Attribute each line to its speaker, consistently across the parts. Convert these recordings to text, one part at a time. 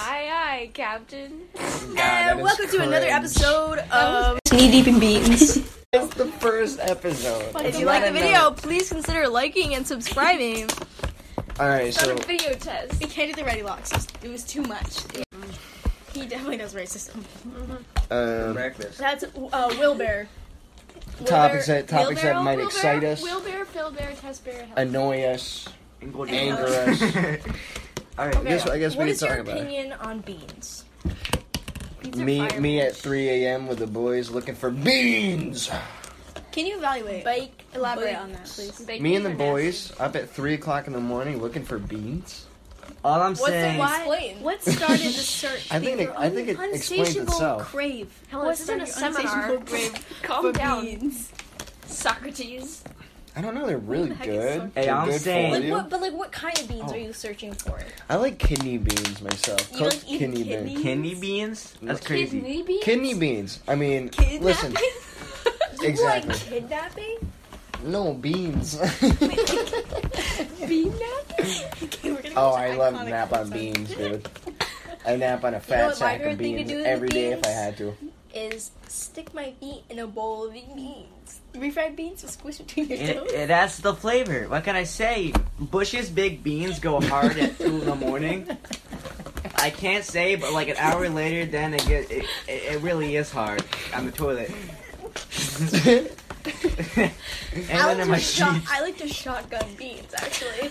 Speaker 1: Hi, Captain.
Speaker 2: And welcome to another episode of.
Speaker 3: Knee deep in beans.
Speaker 4: It's the first episode.
Speaker 2: If you like the video, please consider liking and subscribing.
Speaker 4: Alright, so
Speaker 1: On a video test.
Speaker 2: we can't do the ready locks. It was- It was too much. He definitely knows racism.
Speaker 4: um,
Speaker 5: breakfast.
Speaker 2: That's uh, Will Bear.
Speaker 4: topics that topics that might excite us,
Speaker 1: Will bear, Phil bear, Tess bear, help.
Speaker 4: annoy us, anger
Speaker 2: Angus.
Speaker 4: us.
Speaker 5: All right.
Speaker 4: I guess, I guess
Speaker 2: What
Speaker 4: we
Speaker 2: is
Speaker 4: can talk
Speaker 2: your
Speaker 4: about it.
Speaker 2: opinion on beans?
Speaker 1: These are
Speaker 4: Me,
Speaker 1: fire
Speaker 4: me at
Speaker 1: bitch.
Speaker 4: 3 a.m. with the boys looking for beans.
Speaker 2: Can you evaluate?
Speaker 1: Bike.
Speaker 3: Elaborate
Speaker 2: Wait.
Speaker 3: on that, please.
Speaker 1: Bake
Speaker 4: Me and the
Speaker 1: these are
Speaker 4: boys up at 3 o'clock in the morning looking for beans.
Speaker 5: All I'm
Speaker 2: What's the
Speaker 5: saying.
Speaker 2: why?
Speaker 3: Explain.
Speaker 2: What started the search?
Speaker 4: I think it, I think it explains
Speaker 2: Unsatiable
Speaker 4: itself.
Speaker 2: crave.
Speaker 1: Helen, this isn't a seminar. nasty. Calm
Speaker 3: For
Speaker 1: down,
Speaker 3: beans.
Speaker 1: Socrates.
Speaker 4: I don't know, they're really
Speaker 1: the heck is
Speaker 4: good.
Speaker 1: soccer?
Speaker 5: Hey,
Speaker 4: They're
Speaker 5: I'm
Speaker 4: good for
Speaker 5: saying-
Speaker 3: Like
Speaker 4: you.
Speaker 3: what? But like, what kind of beans
Speaker 4: Oh.
Speaker 3: are you searching for?
Speaker 4: I like kidney beans myself.
Speaker 3: You
Speaker 4: Cooked
Speaker 3: like eating
Speaker 4: kidney
Speaker 3: kidney?
Speaker 4: beans.
Speaker 5: Kidney beans? That's crazy.
Speaker 1: Kidney beans.
Speaker 4: Kidney beans. I mean, listen.
Speaker 3: You
Speaker 4: Exactly.
Speaker 3: like kidnapping?
Speaker 4: No beans.
Speaker 3: Bean okay, we're gonna
Speaker 4: oh,
Speaker 3: go to
Speaker 4: I love
Speaker 3: iconic
Speaker 4: nap on
Speaker 3: episodes.
Speaker 4: beans, dude. I nap on a
Speaker 3: You know
Speaker 4: fat
Speaker 3: what my
Speaker 4: sack of
Speaker 3: favorite thing to
Speaker 4: beans
Speaker 3: do with
Speaker 4: every day if
Speaker 3: beans?
Speaker 4: I had to.
Speaker 3: Is stick my feet in a bowl of beans. Refried beans with squish between your
Speaker 5: It-
Speaker 3: toes.
Speaker 5: it- that's the flavor. What can I say? Bush's big beans go hard at two in the morning. I can't say, but like an hour later, then it get it, it, it really is hard on the toilet. and
Speaker 3: I
Speaker 5: then
Speaker 3: like,
Speaker 5: in
Speaker 3: to
Speaker 5: my
Speaker 3: shot-
Speaker 5: sheets.
Speaker 3: I like to shotgun beans, actually.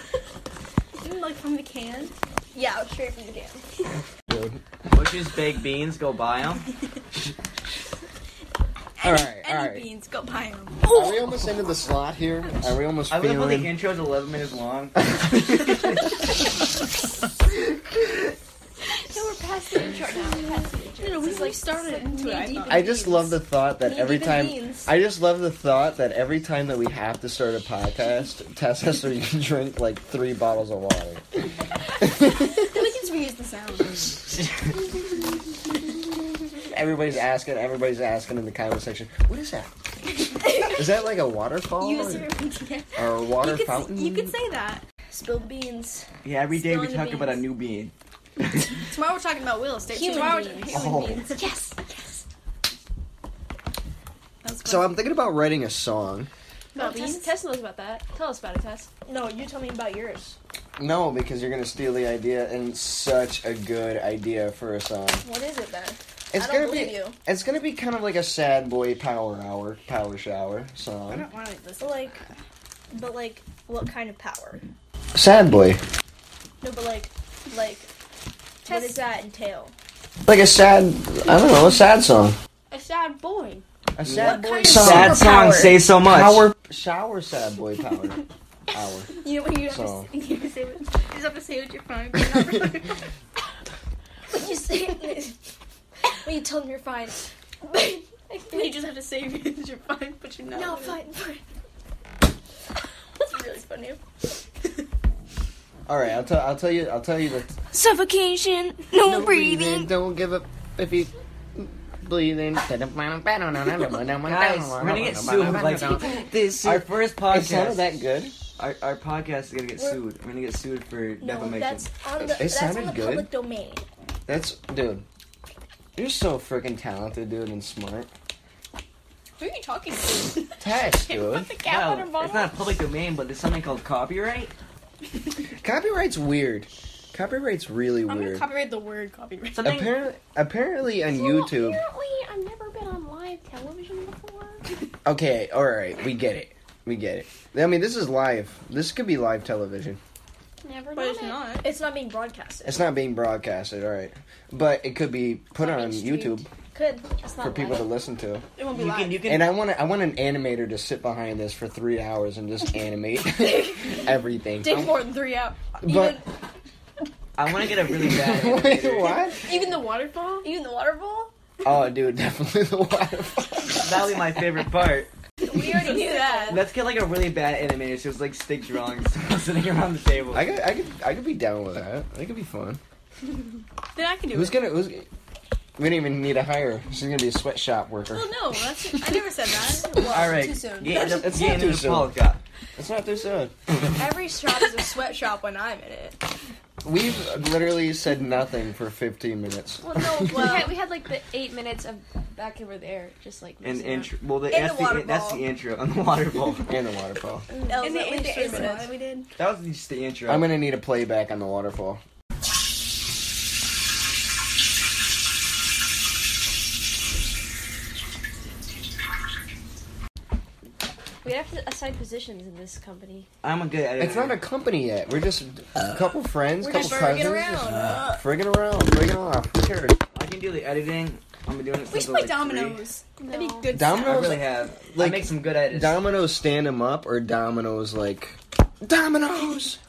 Speaker 2: Like from the can.
Speaker 3: yeah, straight from the can.
Speaker 4: Dude.
Speaker 5: Bush's big beans go buy 'em.
Speaker 4: All right, all
Speaker 2: Any
Speaker 4: right.
Speaker 2: beans, go buy them.
Speaker 4: Are we almost into the slot here? Are we almost
Speaker 5: I love how the
Speaker 4: feeling?
Speaker 5: intro's 11 minutes long.
Speaker 1: No, we're past the intro now. We're past the intro.
Speaker 2: No, no,
Speaker 1: This
Speaker 2: we
Speaker 1: is like
Speaker 2: started
Speaker 1: se-
Speaker 2: into it, I
Speaker 1: knee-deep
Speaker 2: thought.
Speaker 1: in
Speaker 4: I just
Speaker 1: beans.
Speaker 4: love the thought that
Speaker 3: Need
Speaker 4: every
Speaker 3: the
Speaker 4: time.
Speaker 3: beans.
Speaker 4: I just love the thought that every time that we have to start a podcast, Tess has to drink like three bottles of water.
Speaker 2: Then we can just reuse the sound.
Speaker 4: Everybody's asking. Everybody's asking in the comment section. What is that? is that like a waterfall
Speaker 2: Use
Speaker 4: or,
Speaker 2: your yeah.
Speaker 4: or a water
Speaker 2: You could, s-
Speaker 4: fountain?
Speaker 2: you could say that.
Speaker 3: Spill the beans.
Speaker 5: Yeah, every day we
Speaker 3: Spilling the
Speaker 5: talk about a
Speaker 3: beans.
Speaker 5: new bean.
Speaker 2: Tomorrow we're talking about Will. Stay tuned. Tomorrow
Speaker 3: Human beans.
Speaker 2: Human
Speaker 5: Oh.
Speaker 2: beans.
Speaker 3: Yes, yes.
Speaker 2: That was
Speaker 4: So
Speaker 2: fun.
Speaker 4: I'm thinking about writing a song.
Speaker 1: No,
Speaker 2: About
Speaker 1: Tess,
Speaker 2: beans?
Speaker 1: Tess knows about that. Tell us about it, Tess.
Speaker 3: No, you tell me about yours.
Speaker 4: No, because you're gonna steal the idea, and such a good idea for a song.
Speaker 3: What is it then?
Speaker 4: It's
Speaker 3: I don't
Speaker 4: gonna
Speaker 3: believe
Speaker 4: be.
Speaker 3: you.
Speaker 4: It's gonna be kind of like a sad boy power hour, power shower
Speaker 2: I
Speaker 4: song.
Speaker 2: don't want to listen.
Speaker 3: But like, but like, what kind of power?
Speaker 4: Sad boy,
Speaker 3: No, but like, like, what does that entail?
Speaker 4: like a sad. I don't know, a sad song.
Speaker 1: A sad boy.
Speaker 4: A sad boy
Speaker 3: What kind of
Speaker 4: song.
Speaker 5: That song
Speaker 3: Superpower.
Speaker 5: says so much.
Speaker 4: power shower, sad boy power hour.
Speaker 2: You know what you have
Speaker 4: So.
Speaker 2: to say? You have to say what, you just have to say what you're from. You're not from-
Speaker 3: What you say? when you tell them you're fine.
Speaker 2: you just have to say because you're fine, but you're not.
Speaker 3: no, fine, fine.
Speaker 2: That's really funny.
Speaker 4: All right, I'll tell. I'll tell you. I'll tell you the
Speaker 3: Suffocation. No,
Speaker 4: Don't give up if you bleeding.
Speaker 5: Guys, we're gonna get sued. Like, this our first
Speaker 4: It sounded
Speaker 5: podcast.
Speaker 4: that good.
Speaker 5: our, our podcast is gonna get
Speaker 3: We're-
Speaker 5: sued. We're gonna get sued for
Speaker 3: No,
Speaker 5: defamation.
Speaker 3: that's on the.
Speaker 4: It
Speaker 3: that's on the
Speaker 4: sounded good.
Speaker 3: public domain.
Speaker 4: That's dude. You're so freaking talented, dude, and smart.
Speaker 2: Who are you talking to?
Speaker 4: Tess, dude.
Speaker 2: Put the cap on her
Speaker 5: no,
Speaker 2: bottle.
Speaker 5: it's not public domain, but there's something called copyright.
Speaker 4: Copyright's weird. Copyright's really
Speaker 2: I'm gonna
Speaker 4: weird.
Speaker 2: copyright the word copyright.
Speaker 5: Something.
Speaker 4: Apparently, apparently on
Speaker 1: Well,
Speaker 4: YouTube.
Speaker 1: Apparently, I've never been on live television before.
Speaker 4: Okay, all right, we get it. We get it. I mean, this is live. This could be live television.
Speaker 1: Never
Speaker 2: But
Speaker 1: done
Speaker 2: it's
Speaker 1: it.
Speaker 2: not.
Speaker 3: It's not being broadcasted.
Speaker 4: It's not being broadcasted, all right, but it could be put
Speaker 3: not
Speaker 4: on
Speaker 3: being streamed.
Speaker 4: YouTube
Speaker 3: Could. It's not
Speaker 4: for people to
Speaker 3: live.
Speaker 4: listen to.
Speaker 2: It won't be
Speaker 5: You can,
Speaker 2: live.
Speaker 5: you can.
Speaker 4: And I want to, I want an animator to sit behind this for three hours and just animate everything.
Speaker 5: Oh.
Speaker 2: Take more than three out.
Speaker 4: But
Speaker 5: I want to get a really bad.
Speaker 4: wait,
Speaker 5: animator.
Speaker 4: what?
Speaker 2: Even the waterfall.
Speaker 3: Even the waterfall.
Speaker 4: Oh, dude, definitely the waterfall.
Speaker 5: That'll be my favorite part.
Speaker 2: We already knew that.
Speaker 5: Let's get like a really bad animator. So it's like stick drawings sitting around the table.
Speaker 4: I could, I could, I could be down with that. That could be fun.
Speaker 2: Then I can do
Speaker 4: Who's
Speaker 2: it.
Speaker 4: gonna? Who's? We didn't even need to hire. She's gonna be a sweatshop worker.
Speaker 2: Well, no, that's, I never said that.
Speaker 5: All right.
Speaker 2: too soon.
Speaker 5: Get in the,
Speaker 4: It's
Speaker 5: get
Speaker 4: not
Speaker 5: in
Speaker 4: too
Speaker 5: the
Speaker 4: soon.
Speaker 5: Paul cup.
Speaker 4: It's not too soon.
Speaker 2: Every shop is a sweatshop when I'm in it.
Speaker 4: We've literally said nothing for 15 minutes.
Speaker 1: Well, no, we, had, we had like the eight minutes of back over there, just like
Speaker 5: An
Speaker 1: messing around.
Speaker 5: intro. Well, the,
Speaker 2: In
Speaker 5: that's,
Speaker 2: the
Speaker 5: the,
Speaker 2: water
Speaker 5: that's
Speaker 2: ball.
Speaker 5: the intro on the waterfall.
Speaker 4: And the waterfall.
Speaker 2: That was
Speaker 3: In the
Speaker 2: at least three
Speaker 3: ASMR
Speaker 2: minutes.
Speaker 3: that we did.
Speaker 5: that was just the intro.
Speaker 4: I'm gonna need a playback on the waterfall.
Speaker 1: We have to assign positions in this company.
Speaker 5: I'm a good editor.
Speaker 4: It's not a company yet. We're just a couple friends,
Speaker 2: We're
Speaker 4: couple
Speaker 2: just friggin'
Speaker 4: cousins.
Speaker 2: around.
Speaker 4: just friggin' around, friggin' off. Who cares?
Speaker 5: I can do the editing. I'm doing it
Speaker 2: We
Speaker 5: since
Speaker 2: should
Speaker 5: I
Speaker 2: play
Speaker 5: was, like, three.
Speaker 2: dominoes. That'd be
Speaker 1: No.
Speaker 2: good.
Speaker 4: Domino-
Speaker 5: I really have.
Speaker 4: Like,
Speaker 5: I make some good edits.
Speaker 4: Dominoes stand him up, or dominoes like dominoes,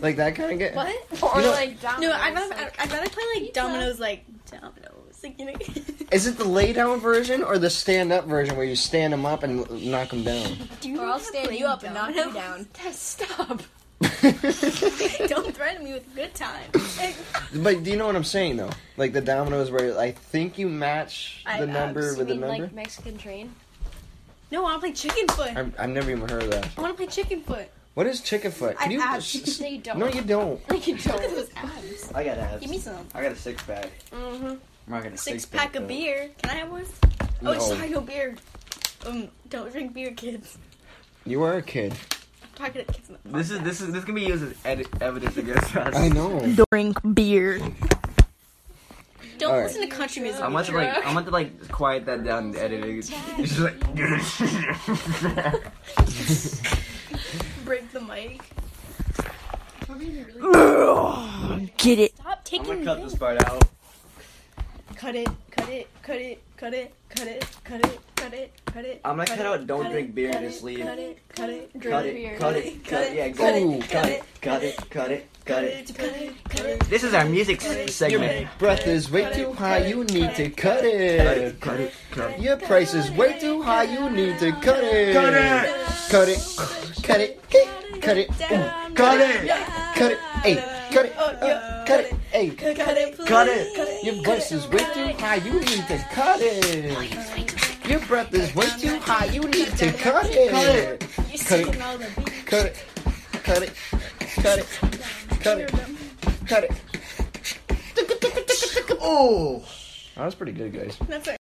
Speaker 4: like that kind of get.
Speaker 2: What?
Speaker 1: Or
Speaker 4: You know-
Speaker 1: like dominoes.
Speaker 2: No, I'd rather
Speaker 1: like-
Speaker 2: I'd rather play like dominoes, like dominoes, like you know.
Speaker 4: Is it the lay down version or the stand up version where you stand him up and l- knock him down?
Speaker 3: Or I'll stand you up and knock you down.
Speaker 1: Tess, stop.
Speaker 2: Don't threaten me with good time.
Speaker 4: but do you know what I'm saying though? Like the dominoes where I think you match
Speaker 2: I-
Speaker 4: the
Speaker 2: uh,
Speaker 4: number
Speaker 1: You
Speaker 4: with the
Speaker 1: mean
Speaker 4: number.
Speaker 1: like Mexican train?
Speaker 2: No, I want to play chicken foot.
Speaker 4: I'm, I've never even heard of that.
Speaker 2: I want to play chicken foot.
Speaker 4: What is chicken foot?
Speaker 2: I
Speaker 4: Can you-
Speaker 2: asked.
Speaker 4: s- s-
Speaker 1: No, you don't.
Speaker 4: No, you don't.
Speaker 1: Like you
Speaker 2: Look at
Speaker 1: don't.
Speaker 2: those abs.
Speaker 5: I got abs.
Speaker 2: Give me some.
Speaker 5: I got a six pack.
Speaker 1: mm-hmm.
Speaker 5: I'm not gonna
Speaker 2: Six pack of
Speaker 5: though.
Speaker 2: beer. Can I have one?
Speaker 4: No.
Speaker 2: Oh, sorry, no beer. Um, don't drink beer, kids.
Speaker 4: You are a kid.
Speaker 2: Talking to kids. In the
Speaker 5: This is this is this can be used as edit, evidence against us.
Speaker 4: I know.
Speaker 2: drink beer. Don't
Speaker 4: Alright.
Speaker 2: listen to country music.
Speaker 5: I want to like I want to like quiet that down in the editing. It's just like
Speaker 2: break the mic.
Speaker 3: Get it.
Speaker 2: Stop
Speaker 5: I'm
Speaker 2: taking
Speaker 5: gonna
Speaker 2: the
Speaker 5: cut
Speaker 2: thing.
Speaker 5: this part out.
Speaker 2: Cut it, cut it, cut it, cut it, cut it, cut it, cut it, cut it.
Speaker 5: I'm gonna cut out don't
Speaker 2: cut
Speaker 5: drink
Speaker 2: it,
Speaker 5: beer
Speaker 2: cut
Speaker 5: and
Speaker 2: it,
Speaker 5: just leave.
Speaker 2: Cut it, cut it, drink
Speaker 5: Cut
Speaker 1: beer.
Speaker 5: it, cut it, cut it, yeah,
Speaker 2: cut
Speaker 5: exactly.
Speaker 4: Ooh.
Speaker 2: it, cut it,
Speaker 5: Cut it, cut it, cut it.
Speaker 2: cut it, cut it.
Speaker 5: This is our music s-
Speaker 4: Your
Speaker 5: segment.
Speaker 4: breath is way too high. You need to cut it.
Speaker 5: Cut it, cut it.
Speaker 4: Your price is way too high. You need to cut it.
Speaker 5: Cut it.
Speaker 4: Cut it. Cut it. Cut it. Ooh. Cut it. Cut it. Hey. Cut it. Uh, Cut it. Hey.
Speaker 2: Cut it, please.
Speaker 5: Cut it.
Speaker 2: Cut it.
Speaker 4: Your voice is way too high. You need to cut it. Your breath is way too high. You need to cut it.
Speaker 2: You're
Speaker 4: Cut it.
Speaker 2: singing all the beat.
Speaker 4: Cut it. Cut it. Cut it. Cut it. Cut it.
Speaker 5: Oh,
Speaker 4: That was pretty good, guys.
Speaker 2: That's it.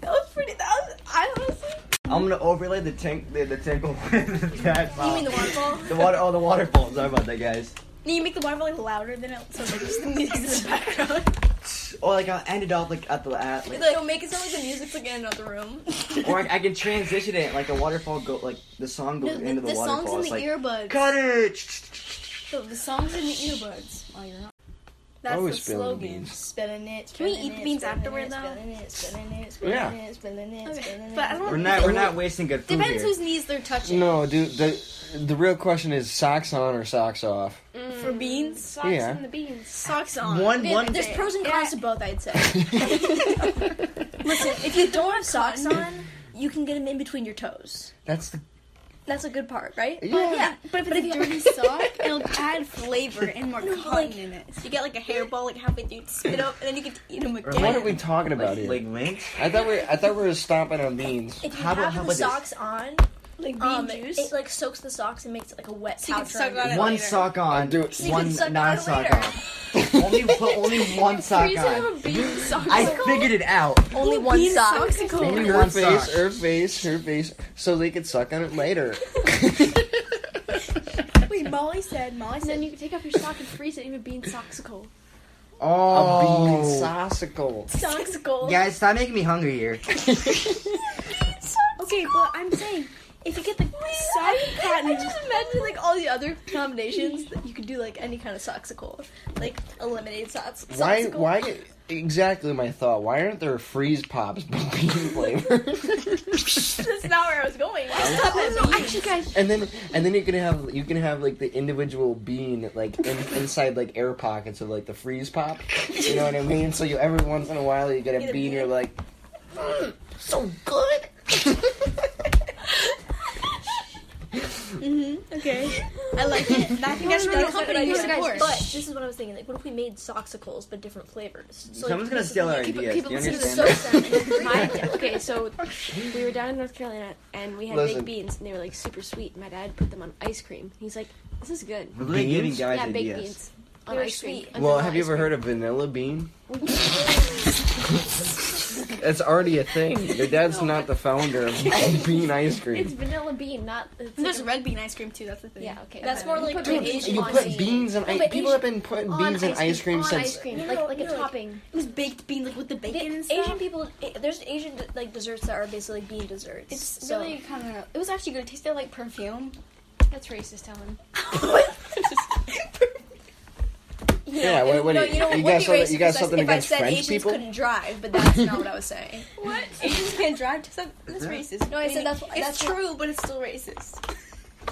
Speaker 2: That was pretty. That was. I honestly.
Speaker 5: I'm gonna overlay the tank, the, the tinkle with that.
Speaker 2: You mean the waterfall?
Speaker 5: The water, oh, the waterfall. Sorry about that, guys.
Speaker 2: No, you make the waterfall like louder than it sounds like just the music in the background.
Speaker 5: Or like I ended up like at the at, like,
Speaker 2: Like, no, make it sound like the music's like in another room.
Speaker 5: or I, I can transition it like a waterfall go like the song goes
Speaker 2: No, the,
Speaker 5: into the,
Speaker 2: the
Speaker 5: waterfall.
Speaker 2: song's in
Speaker 5: it's
Speaker 2: the
Speaker 5: like
Speaker 2: earbuds.
Speaker 5: cut it.
Speaker 2: The, the song's in the earbuds. While you're on. That's
Speaker 4: always
Speaker 2: the
Speaker 4: spill the
Speaker 2: slogan.
Speaker 4: beans.
Speaker 2: Spilling it.
Speaker 3: Can we
Speaker 2: spilling it,
Speaker 3: eat the beans
Speaker 2: spilling
Speaker 3: afterward,
Speaker 2: it,
Speaker 3: though?
Speaker 2: spilling it, spilling it, spilling
Speaker 4: Yeah.
Speaker 2: it, spilling it,
Speaker 3: Okay,
Speaker 2: spilling
Speaker 3: but I
Speaker 2: it.
Speaker 3: don't-
Speaker 5: We're not we're not wasting good food
Speaker 2: Depends
Speaker 5: here.
Speaker 2: whose knees they're touching.
Speaker 4: No, dude. The the real question is socks on or socks off.
Speaker 2: For beans,
Speaker 1: Socks
Speaker 4: Yeah.
Speaker 1: and the beans.
Speaker 2: socks on.
Speaker 5: One-
Speaker 2: There-
Speaker 5: one-
Speaker 2: There's pros and cons to both, I'd say. Listen, if you don't have socks on, you can get them in between your toes.
Speaker 4: That's the
Speaker 2: That's a good part, right?
Speaker 4: Yeah.
Speaker 2: But, but if you have a dirty sock, it'll add flavor and more cotton in it. You get like a hairball like halfway through, spit up, and then you can eat them again.
Speaker 4: What are we talking about here?
Speaker 5: like links.
Speaker 4: I thought we I thought we were stomping on beans.
Speaker 3: If you
Speaker 5: How about-
Speaker 3: have
Speaker 5: how
Speaker 3: the
Speaker 5: about this?
Speaker 3: socks on,
Speaker 2: Like bean
Speaker 3: um,
Speaker 2: juice.
Speaker 3: it like soaks the socks and makes it like a wet
Speaker 2: So you can
Speaker 3: pouch.
Speaker 2: suck
Speaker 3: around
Speaker 2: on
Speaker 3: your-
Speaker 2: it.
Speaker 5: One
Speaker 2: later.
Speaker 5: sock on,
Speaker 4: do it.
Speaker 3: So you
Speaker 5: one
Speaker 3: can suck it
Speaker 5: not
Speaker 3: on
Speaker 5: sock
Speaker 3: later.
Speaker 5: on. only put only one sock
Speaker 1: Freeze
Speaker 5: on.
Speaker 1: have a bean sock.
Speaker 5: I figured it out.
Speaker 3: Only one
Speaker 2: bean
Speaker 3: sock.
Speaker 2: socks and cold.
Speaker 5: Only
Speaker 4: Her
Speaker 5: one
Speaker 4: face,
Speaker 5: sock.
Speaker 4: her face, her face, so they could suck on it later.
Speaker 2: Wait, Molly said, Molly
Speaker 1: And then you can take off your sock and freeze it. You have a bean socksicle.
Speaker 4: A bean
Speaker 5: Oh,
Speaker 4: saucicle.
Speaker 2: socks gold.
Speaker 5: guys, stop making me hungry here.
Speaker 2: Okay, but I'm saying, if you get the sock cotton,
Speaker 3: I just imagine like all the other combinations that you could do like any kind of soxicle, like a lemonade sauce.
Speaker 4: Why?
Speaker 3: soxicle.
Speaker 4: Why? Exactly my thought. Why aren't there freeze pops but bean flavored?
Speaker 3: That's not where I was going.
Speaker 1: Oh, no, actually, guys,
Speaker 4: and then, and then you can have you can have like the individual bean like in, inside like air pockets of like the freeze pop. You know what I mean? So you every once in a while you get a
Speaker 3: Get a
Speaker 4: bean.
Speaker 3: bean.
Speaker 4: You're like, "Mm, so good.
Speaker 2: okay, I like it. And I think that's
Speaker 3: No,
Speaker 2: really
Speaker 3: no, no,
Speaker 2: company
Speaker 3: but
Speaker 2: you
Speaker 3: I- guys,
Speaker 2: support.
Speaker 3: But this is what I was thinking. Like, what if we made soxicles but different flavors? So,
Speaker 5: Someone's gonna steal our
Speaker 1: people-
Speaker 5: ideas. Do you
Speaker 1: people see the
Speaker 5: understand?
Speaker 3: so
Speaker 5: that?
Speaker 1: my okay. So we were down in North Carolina and we had
Speaker 4: Listen.
Speaker 1: big beans and they were like super sweet. My dad put them on ice cream. He's like, This is good.
Speaker 5: We're really
Speaker 4: Beans?
Speaker 5: giving guys
Speaker 1: yeah, baked
Speaker 5: ideas.
Speaker 1: beans.
Speaker 3: On
Speaker 1: They're
Speaker 3: ice cream.
Speaker 1: sweet.
Speaker 4: Well, have you ever heard of vanilla bean? That's already a thing. Your dad's not the founder of bean ice
Speaker 1: It's
Speaker 4: cream.
Speaker 1: vanilla bean, not. It's
Speaker 2: There's
Speaker 1: like
Speaker 2: red bean ice cream too. That's the
Speaker 1: a-
Speaker 2: thing.
Speaker 1: yeah, okay.
Speaker 2: That's
Speaker 1: okay.
Speaker 2: more
Speaker 1: You
Speaker 2: like
Speaker 1: put
Speaker 2: the
Speaker 1: bean
Speaker 2: Asian-
Speaker 1: in
Speaker 4: You
Speaker 1: on
Speaker 4: put
Speaker 1: bean.
Speaker 4: beans in
Speaker 1: No,
Speaker 4: ice.
Speaker 1: but
Speaker 4: People have been putting
Speaker 1: on
Speaker 4: beans in
Speaker 1: cream.
Speaker 4: ice cream
Speaker 1: on
Speaker 4: since.
Speaker 1: ice cream,
Speaker 3: No,
Speaker 1: like
Speaker 3: no,
Speaker 1: like
Speaker 3: no,
Speaker 1: a
Speaker 3: like-
Speaker 1: topping.
Speaker 2: It was baked bean like with the bacon and stuff.
Speaker 3: Asian people, eh, there's Asian like desserts that are basically like bean desserts.
Speaker 2: It's
Speaker 3: so.
Speaker 2: really kind of. It was actually good. It tasted like perfume.
Speaker 1: That's racist, Helen.
Speaker 4: Yeah, wait, what
Speaker 2: no,
Speaker 4: do you-
Speaker 2: you, know,
Speaker 4: you
Speaker 2: it would
Speaker 4: got
Speaker 2: be
Speaker 4: something-
Speaker 2: racist
Speaker 4: you got
Speaker 2: if I-
Speaker 4: something
Speaker 2: if I
Speaker 4: against
Speaker 2: said
Speaker 4: French
Speaker 2: Asians
Speaker 4: people?
Speaker 2: couldn't drive, but that's not what I was saying.
Speaker 1: What?
Speaker 2: Asians can't drive. That's, that's racist.
Speaker 3: No, I said
Speaker 2: Meaning,
Speaker 3: that's- that's
Speaker 2: it's
Speaker 3: what-
Speaker 2: true, but it's still racist.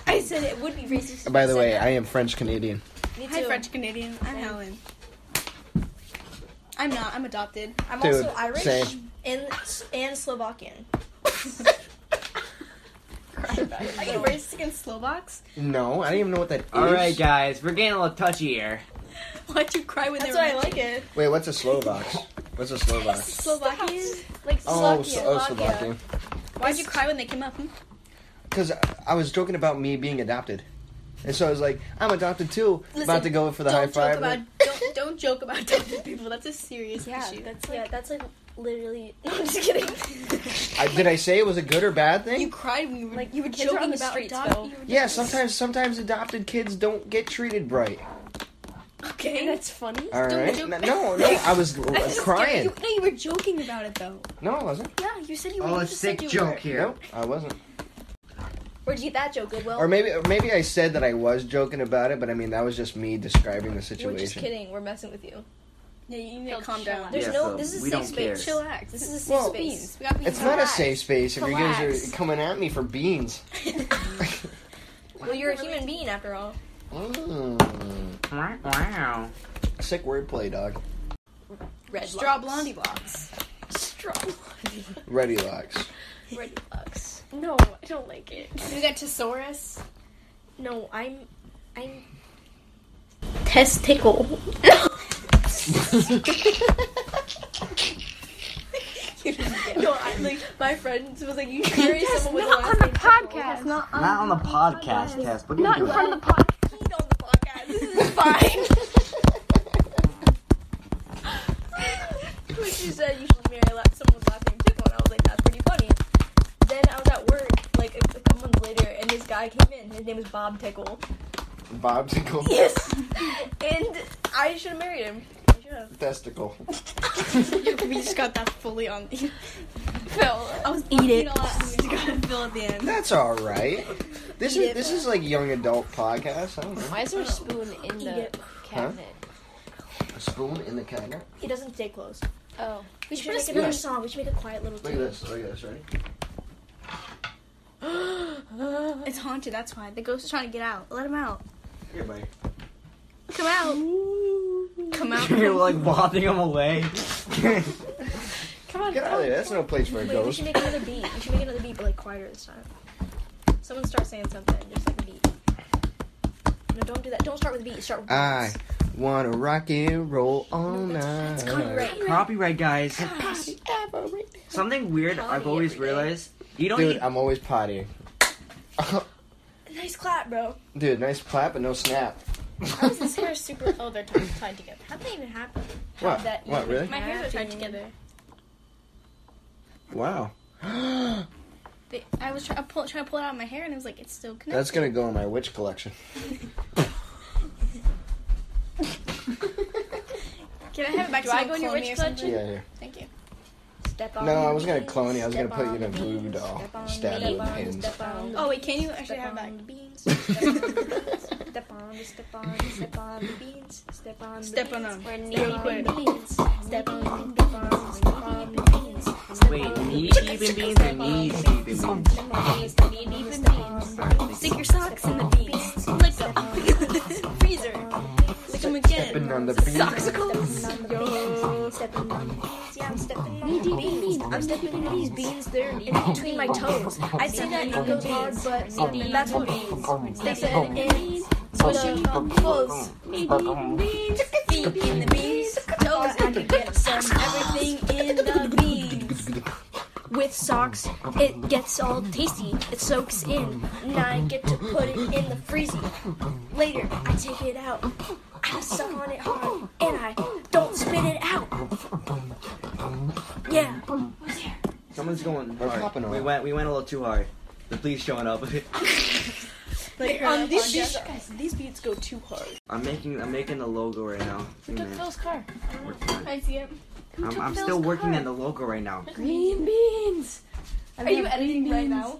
Speaker 2: I said it would be racist.
Speaker 4: By the way, I am French Canadian.
Speaker 3: Me
Speaker 2: Hi,
Speaker 3: too.
Speaker 2: French Canadian. I'm Helen. I'm not. I'm adopted.
Speaker 3: I'm
Speaker 4: Dude,
Speaker 3: also Irish
Speaker 4: same.
Speaker 3: and and Slovakian.
Speaker 2: I get racist against Slovaks.
Speaker 4: No, I don't even know what that is.
Speaker 5: All right, guys, we're getting a little touchy here.
Speaker 2: Why'd you cry when
Speaker 3: That's
Speaker 2: they were
Speaker 3: why I like it.
Speaker 4: Wait, what's a Slovak? What's a Slovak?
Speaker 2: Slovakian?
Speaker 1: Like
Speaker 4: Oh,
Speaker 1: Slovakia.
Speaker 4: oh, Slovakia.
Speaker 2: Why'd you cry when they came up? Hmm?
Speaker 4: Because I was joking about me being adopted. And so I was like, I'm adopted too. about
Speaker 2: Listen,
Speaker 4: to go for the high
Speaker 2: Don't joke
Speaker 4: five.
Speaker 2: about don't, don't joke about adopted people. That's a serious
Speaker 1: Yeah,
Speaker 2: issue.
Speaker 1: that's
Speaker 3: Yeah,
Speaker 1: like
Speaker 3: that's like literally. No, I'm just kidding.
Speaker 4: I, did I say it was a good or bad thing?
Speaker 2: You cried when you were
Speaker 1: Like,
Speaker 2: you were
Speaker 1: kids are
Speaker 2: joking
Speaker 1: on the
Speaker 2: about
Speaker 1: streets,
Speaker 2: adopt-
Speaker 1: Phil.
Speaker 2: you were-
Speaker 4: yeah, sometimes sometimes adopted kids don't get treated right.
Speaker 2: Okay,
Speaker 1: and that's funny.
Speaker 4: All
Speaker 2: Don't
Speaker 4: right?
Speaker 2: joke-
Speaker 4: No, no, no, I was l-
Speaker 2: That's just
Speaker 4: crying.
Speaker 2: joking. You, no, you were joking about it though.
Speaker 4: No, I wasn't.
Speaker 3: Yeah, you said you.
Speaker 5: Oh,
Speaker 3: were
Speaker 5: a
Speaker 3: just said
Speaker 5: sick
Speaker 3: you
Speaker 5: joke here.
Speaker 4: Nope, I wasn't.
Speaker 3: were. Where'd you get that joke, Goodwill?
Speaker 4: Or maybe or maybe I said that I was joking about it, but I mean that was just me describing the
Speaker 3: we're just
Speaker 4: situation.
Speaker 3: kidding. We're messing with you.
Speaker 2: Yeah, you need
Speaker 1: Phil,
Speaker 2: to calm
Speaker 1: chill
Speaker 2: down.
Speaker 1: out.
Speaker 3: There's
Speaker 5: Yeah,
Speaker 3: no.
Speaker 5: so
Speaker 3: this is
Speaker 5: we
Speaker 3: a
Speaker 5: don't
Speaker 3: safe space.
Speaker 5: care.
Speaker 3: Chillax. This is a safe
Speaker 4: Well,
Speaker 3: space.
Speaker 2: We got beans.
Speaker 4: It's not a
Speaker 2: Relax.
Speaker 4: safe space if you guys
Speaker 2: Relax.
Speaker 4: are coming at me for beans.
Speaker 3: Well, you're a human being after all.
Speaker 4: Mm.
Speaker 5: Wow.
Speaker 4: Sick wordplay, dog.
Speaker 3: Red
Speaker 2: Straw
Speaker 3: locks.
Speaker 2: blondie blocks.
Speaker 3: Straw.
Speaker 4: Ready locks.
Speaker 3: Red locks.
Speaker 1: No, I don't like it.
Speaker 2: We got Tesaurus.
Speaker 3: No, I'm. I'm. Testicle.
Speaker 2: no, I, like my friend was like, you
Speaker 3: Marry someone with a last name.
Speaker 1: podcast.
Speaker 5: Not on the podcast, Tess. What are you
Speaker 1: Not in
Speaker 5: doing?
Speaker 1: front of the podcast.
Speaker 2: peed on the podcast. This is fine.
Speaker 3: When she said you should marry la- someone's last name Tickle, and I was like, that's pretty funny. Then I was at work like a, a couple months later, and this guy came in. His name was Bob Tickle.
Speaker 4: Bob tickle.
Speaker 3: Yes. and I should have married him. I should have.
Speaker 4: Testicle.
Speaker 2: we just got that fully on.
Speaker 3: Phil.
Speaker 2: I was eat it. Just gotta fill at the end.
Speaker 4: That's all right. This
Speaker 3: Eat
Speaker 4: is
Speaker 3: it.
Speaker 4: this is like young adult podcast. I don't know.
Speaker 1: Why is there a spoon
Speaker 3: Eat
Speaker 1: in the
Speaker 3: it.
Speaker 1: cabinet?
Speaker 4: A spoon in the cabinet.
Speaker 3: He doesn't stay close.
Speaker 1: Oh,
Speaker 3: We should
Speaker 2: put a
Speaker 3: make another
Speaker 4: spoon-
Speaker 3: song. We should make a quiet little
Speaker 4: Look at
Speaker 3: tune.
Speaker 4: this. Look at this. Ready?
Speaker 2: It's haunted. That's why the ghost is trying to get out. Let him out.
Speaker 4: Here, buddy.
Speaker 2: Come out. Come out.
Speaker 5: You're like wafting them away.
Speaker 1: come on.
Speaker 4: Get out of there. That's no place for a
Speaker 3: Wait, we
Speaker 4: ghost.
Speaker 3: should make another beat. We should make another beat, but like quieter this time. Someone start saying something, just like a beat. No, don't do that. Don't start with a beat. Start with
Speaker 4: I wanna rock and roll all night.
Speaker 3: It's copyright.
Speaker 5: Copyright, guys. Something weird
Speaker 3: Potty
Speaker 5: I've always
Speaker 3: every day.
Speaker 5: realized. You don't
Speaker 4: Dude,
Speaker 5: need.
Speaker 4: I'm always potty.
Speaker 3: Nice clap, bro.
Speaker 4: Dude, nice clap but no snap.
Speaker 2: How is this hair super? Oh, they're tied, tied together.
Speaker 3: How'd that even happen?
Speaker 4: What?
Speaker 3: that
Speaker 4: What?
Speaker 3: even-
Speaker 4: Really?
Speaker 2: My hairs are tied
Speaker 3: Happening.
Speaker 2: together.
Speaker 4: Wow.
Speaker 2: They, I was try, I pull, trying to pull it out of my hair, and it was like, it's still connected.
Speaker 4: That's gonna go in my witch collection.
Speaker 2: Can I have it back?
Speaker 1: Do
Speaker 2: so
Speaker 1: I
Speaker 2: don't
Speaker 1: go
Speaker 2: clone
Speaker 1: in your
Speaker 2: me
Speaker 1: witch
Speaker 2: or something?
Speaker 4: Yeah, here.
Speaker 2: Thank you.
Speaker 3: Step on
Speaker 4: No, I
Speaker 3: the
Speaker 4: was gonna
Speaker 3: beans,
Speaker 4: clone you. I was
Speaker 3: step
Speaker 4: gonna put you
Speaker 3: on
Speaker 4: in a
Speaker 3: the
Speaker 4: voodoo
Speaker 3: beans,
Speaker 4: doll,
Speaker 3: step on
Speaker 4: stab
Speaker 3: the
Speaker 4: you with
Speaker 3: beans,
Speaker 4: pins.
Speaker 3: step on the
Speaker 2: Oh wait, can you? I should
Speaker 3: Step
Speaker 2: have
Speaker 3: on
Speaker 2: it back.
Speaker 3: the beans. Step on the beans. Step on the step on the step on the beans. Step on the
Speaker 2: Step on
Speaker 3: beans.
Speaker 2: them.
Speaker 3: We're
Speaker 2: Real
Speaker 3: kneading
Speaker 2: quick.
Speaker 3: beans. Step on the beans. Step on the beans. Step
Speaker 5: Wait,
Speaker 3: on the
Speaker 5: knee
Speaker 3: beans.
Speaker 5: even beans and knees even beans.
Speaker 3: Step on the beans. Step on the beans. Step on the beans.
Speaker 2: Stick your socks in the beans. Lick them. Freezer. Lick them again.
Speaker 4: Stepping on the beans.
Speaker 2: Soxicles. Yo.
Speaker 3: Stepping on the beans, yeah, I'm stepping on the beans. I'm stepping on these beans, they're in between my toes. I say that it goes hard, but that's what beans. Stepping in, pushing up close. Kneading beans, feet in the beans, toes. I can get some everything in the beans. With socks, it gets all tasty. It soaks in, and I get to put it in the freezer. Later, I take it out. I suck on it hard, and I don't spit it out. Yeah,
Speaker 5: Someone's going
Speaker 4: We're
Speaker 5: hard.
Speaker 4: popping
Speaker 5: We
Speaker 4: off.
Speaker 5: went, we went a little too hard. The police showing up.
Speaker 2: Like, um, these, these, guys, these beats go too hard.
Speaker 5: I'm making, I'm making the logo right now. Who took Phil's car?
Speaker 2: I see it.
Speaker 5: I'm, I'm still working on the logo right now.
Speaker 1: Green beans.
Speaker 2: Are you editing right now?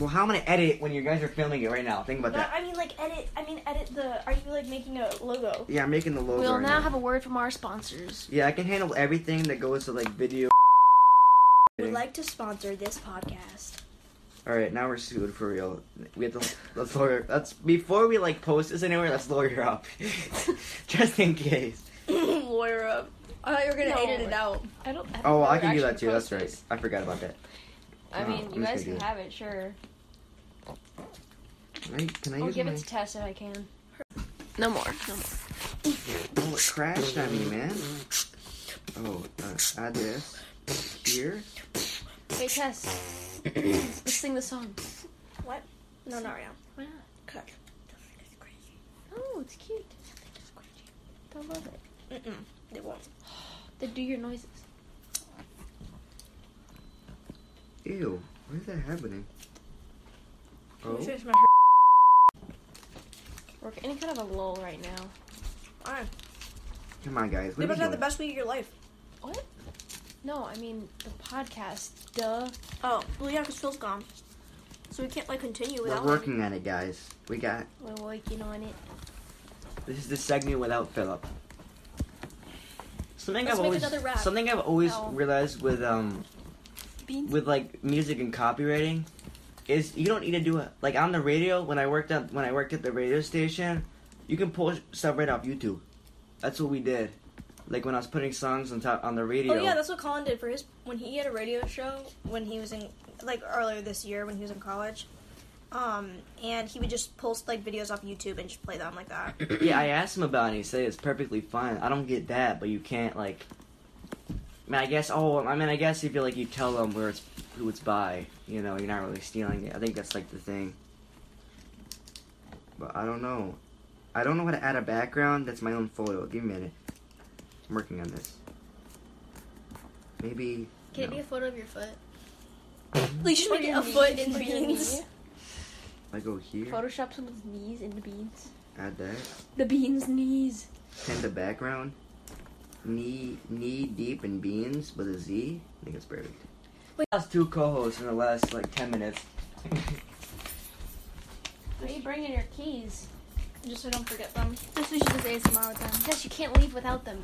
Speaker 5: Well, how am I gonna edit when you guys are filming it right now? Think about
Speaker 3: no,
Speaker 5: that.
Speaker 3: I mean like edit. I mean edit the. Are you like making a logo?
Speaker 5: Yeah, I'm making the logo.
Speaker 1: We'll
Speaker 5: right
Speaker 1: now have a word from our sponsors.
Speaker 5: Yeah, I can handle everything that goes to like video.
Speaker 3: Would like to sponsor this podcast.
Speaker 5: All right, now we're sued for real. We have to let's lawyer. Let's before we like post this anywhere. Let's lawyer up, just in case.
Speaker 2: Lawyer up. I thought you were gonna edit it out.
Speaker 1: I don't. I don't
Speaker 5: Oh, well,
Speaker 1: know
Speaker 5: I
Speaker 1: if
Speaker 5: can do
Speaker 1: we're
Speaker 5: that too.
Speaker 1: actually
Speaker 5: That's right.
Speaker 1: close
Speaker 5: I forgot about that.
Speaker 1: to this. I
Speaker 5: Oh,
Speaker 1: mean,
Speaker 5: I'm
Speaker 1: you
Speaker 5: just gonna
Speaker 1: guys can
Speaker 5: do
Speaker 1: have it, sure.
Speaker 5: Can I, can I
Speaker 1: I'll
Speaker 5: use
Speaker 1: give
Speaker 5: my?
Speaker 1: it to Tess if I can. No more. No more.
Speaker 5: Oh, it crashed on me, man. Oh, uh, add this here.
Speaker 1: Hey Tess, let's sing the song.
Speaker 3: No, not right now.
Speaker 1: Why not? Oh, it's cute. They'll love it.
Speaker 3: Mm-mm, they won't.
Speaker 1: They do your noises.
Speaker 5: Ew, why is that happening? Oh,
Speaker 3: Finish my
Speaker 1: We're in kind of a lull right now.
Speaker 3: Alright.
Speaker 5: come on, guys.
Speaker 3: You
Speaker 5: What are
Speaker 3: must
Speaker 5: you
Speaker 3: have the
Speaker 5: doing?
Speaker 3: best week of your life.
Speaker 1: What? No, I mean the podcast. Duh.
Speaker 3: Oh, well, yeah, because Phil's gone. So we can't, like, continue
Speaker 5: We're
Speaker 3: without him.
Speaker 5: working on it, guys. We got
Speaker 1: We're working on it.
Speaker 5: this is the segment without Philip. Something
Speaker 3: Let's
Speaker 5: I've
Speaker 3: make
Speaker 5: always
Speaker 3: another rap.
Speaker 5: something I've always
Speaker 1: No.
Speaker 5: realized with um
Speaker 2: Beans.
Speaker 5: with like music and copywriting is you don't need to do it like on the radio when I worked at when I worked at the radio station you can pull stuff right off YouTube. That's what we did. Like when I was putting songs on top on the radio.
Speaker 3: Oh, yeah, that's what Colin did for his. When he had a radio show when he was in, like, earlier this year when he was in college. Um, and he would just post, like, videos off YouTube and just play them like that.
Speaker 5: Yeah, I asked him about it. and He said it's perfectly fine. I don't get that, but you can't like. I mean, I guess. Oh, I mean, I guess if you like, you tell them where it's who it's by. You know, you're not really stealing it. I think that's like the thing. But I don't know. I don't know how to add a background. That's my own photo. Give me a minute. I'm working on this. Maybe.
Speaker 2: Can it
Speaker 5: no.
Speaker 2: be a photo of your foot?
Speaker 3: Like, just make it a foot in beans.
Speaker 5: I go here.
Speaker 1: Photoshop someone's knees in the beans.
Speaker 5: Add that.
Speaker 1: The beans knees.
Speaker 5: Tend the background. Knee knee deep in beans with a Z. I think it's perfect.
Speaker 3: Wait.
Speaker 5: That's two co-hosts in the last like ten minutes.
Speaker 1: Why are you bringing your keys?
Speaker 2: Just so I don't forget them. That's what she does ASMR with them.
Speaker 1: Tess, you can't leave without them.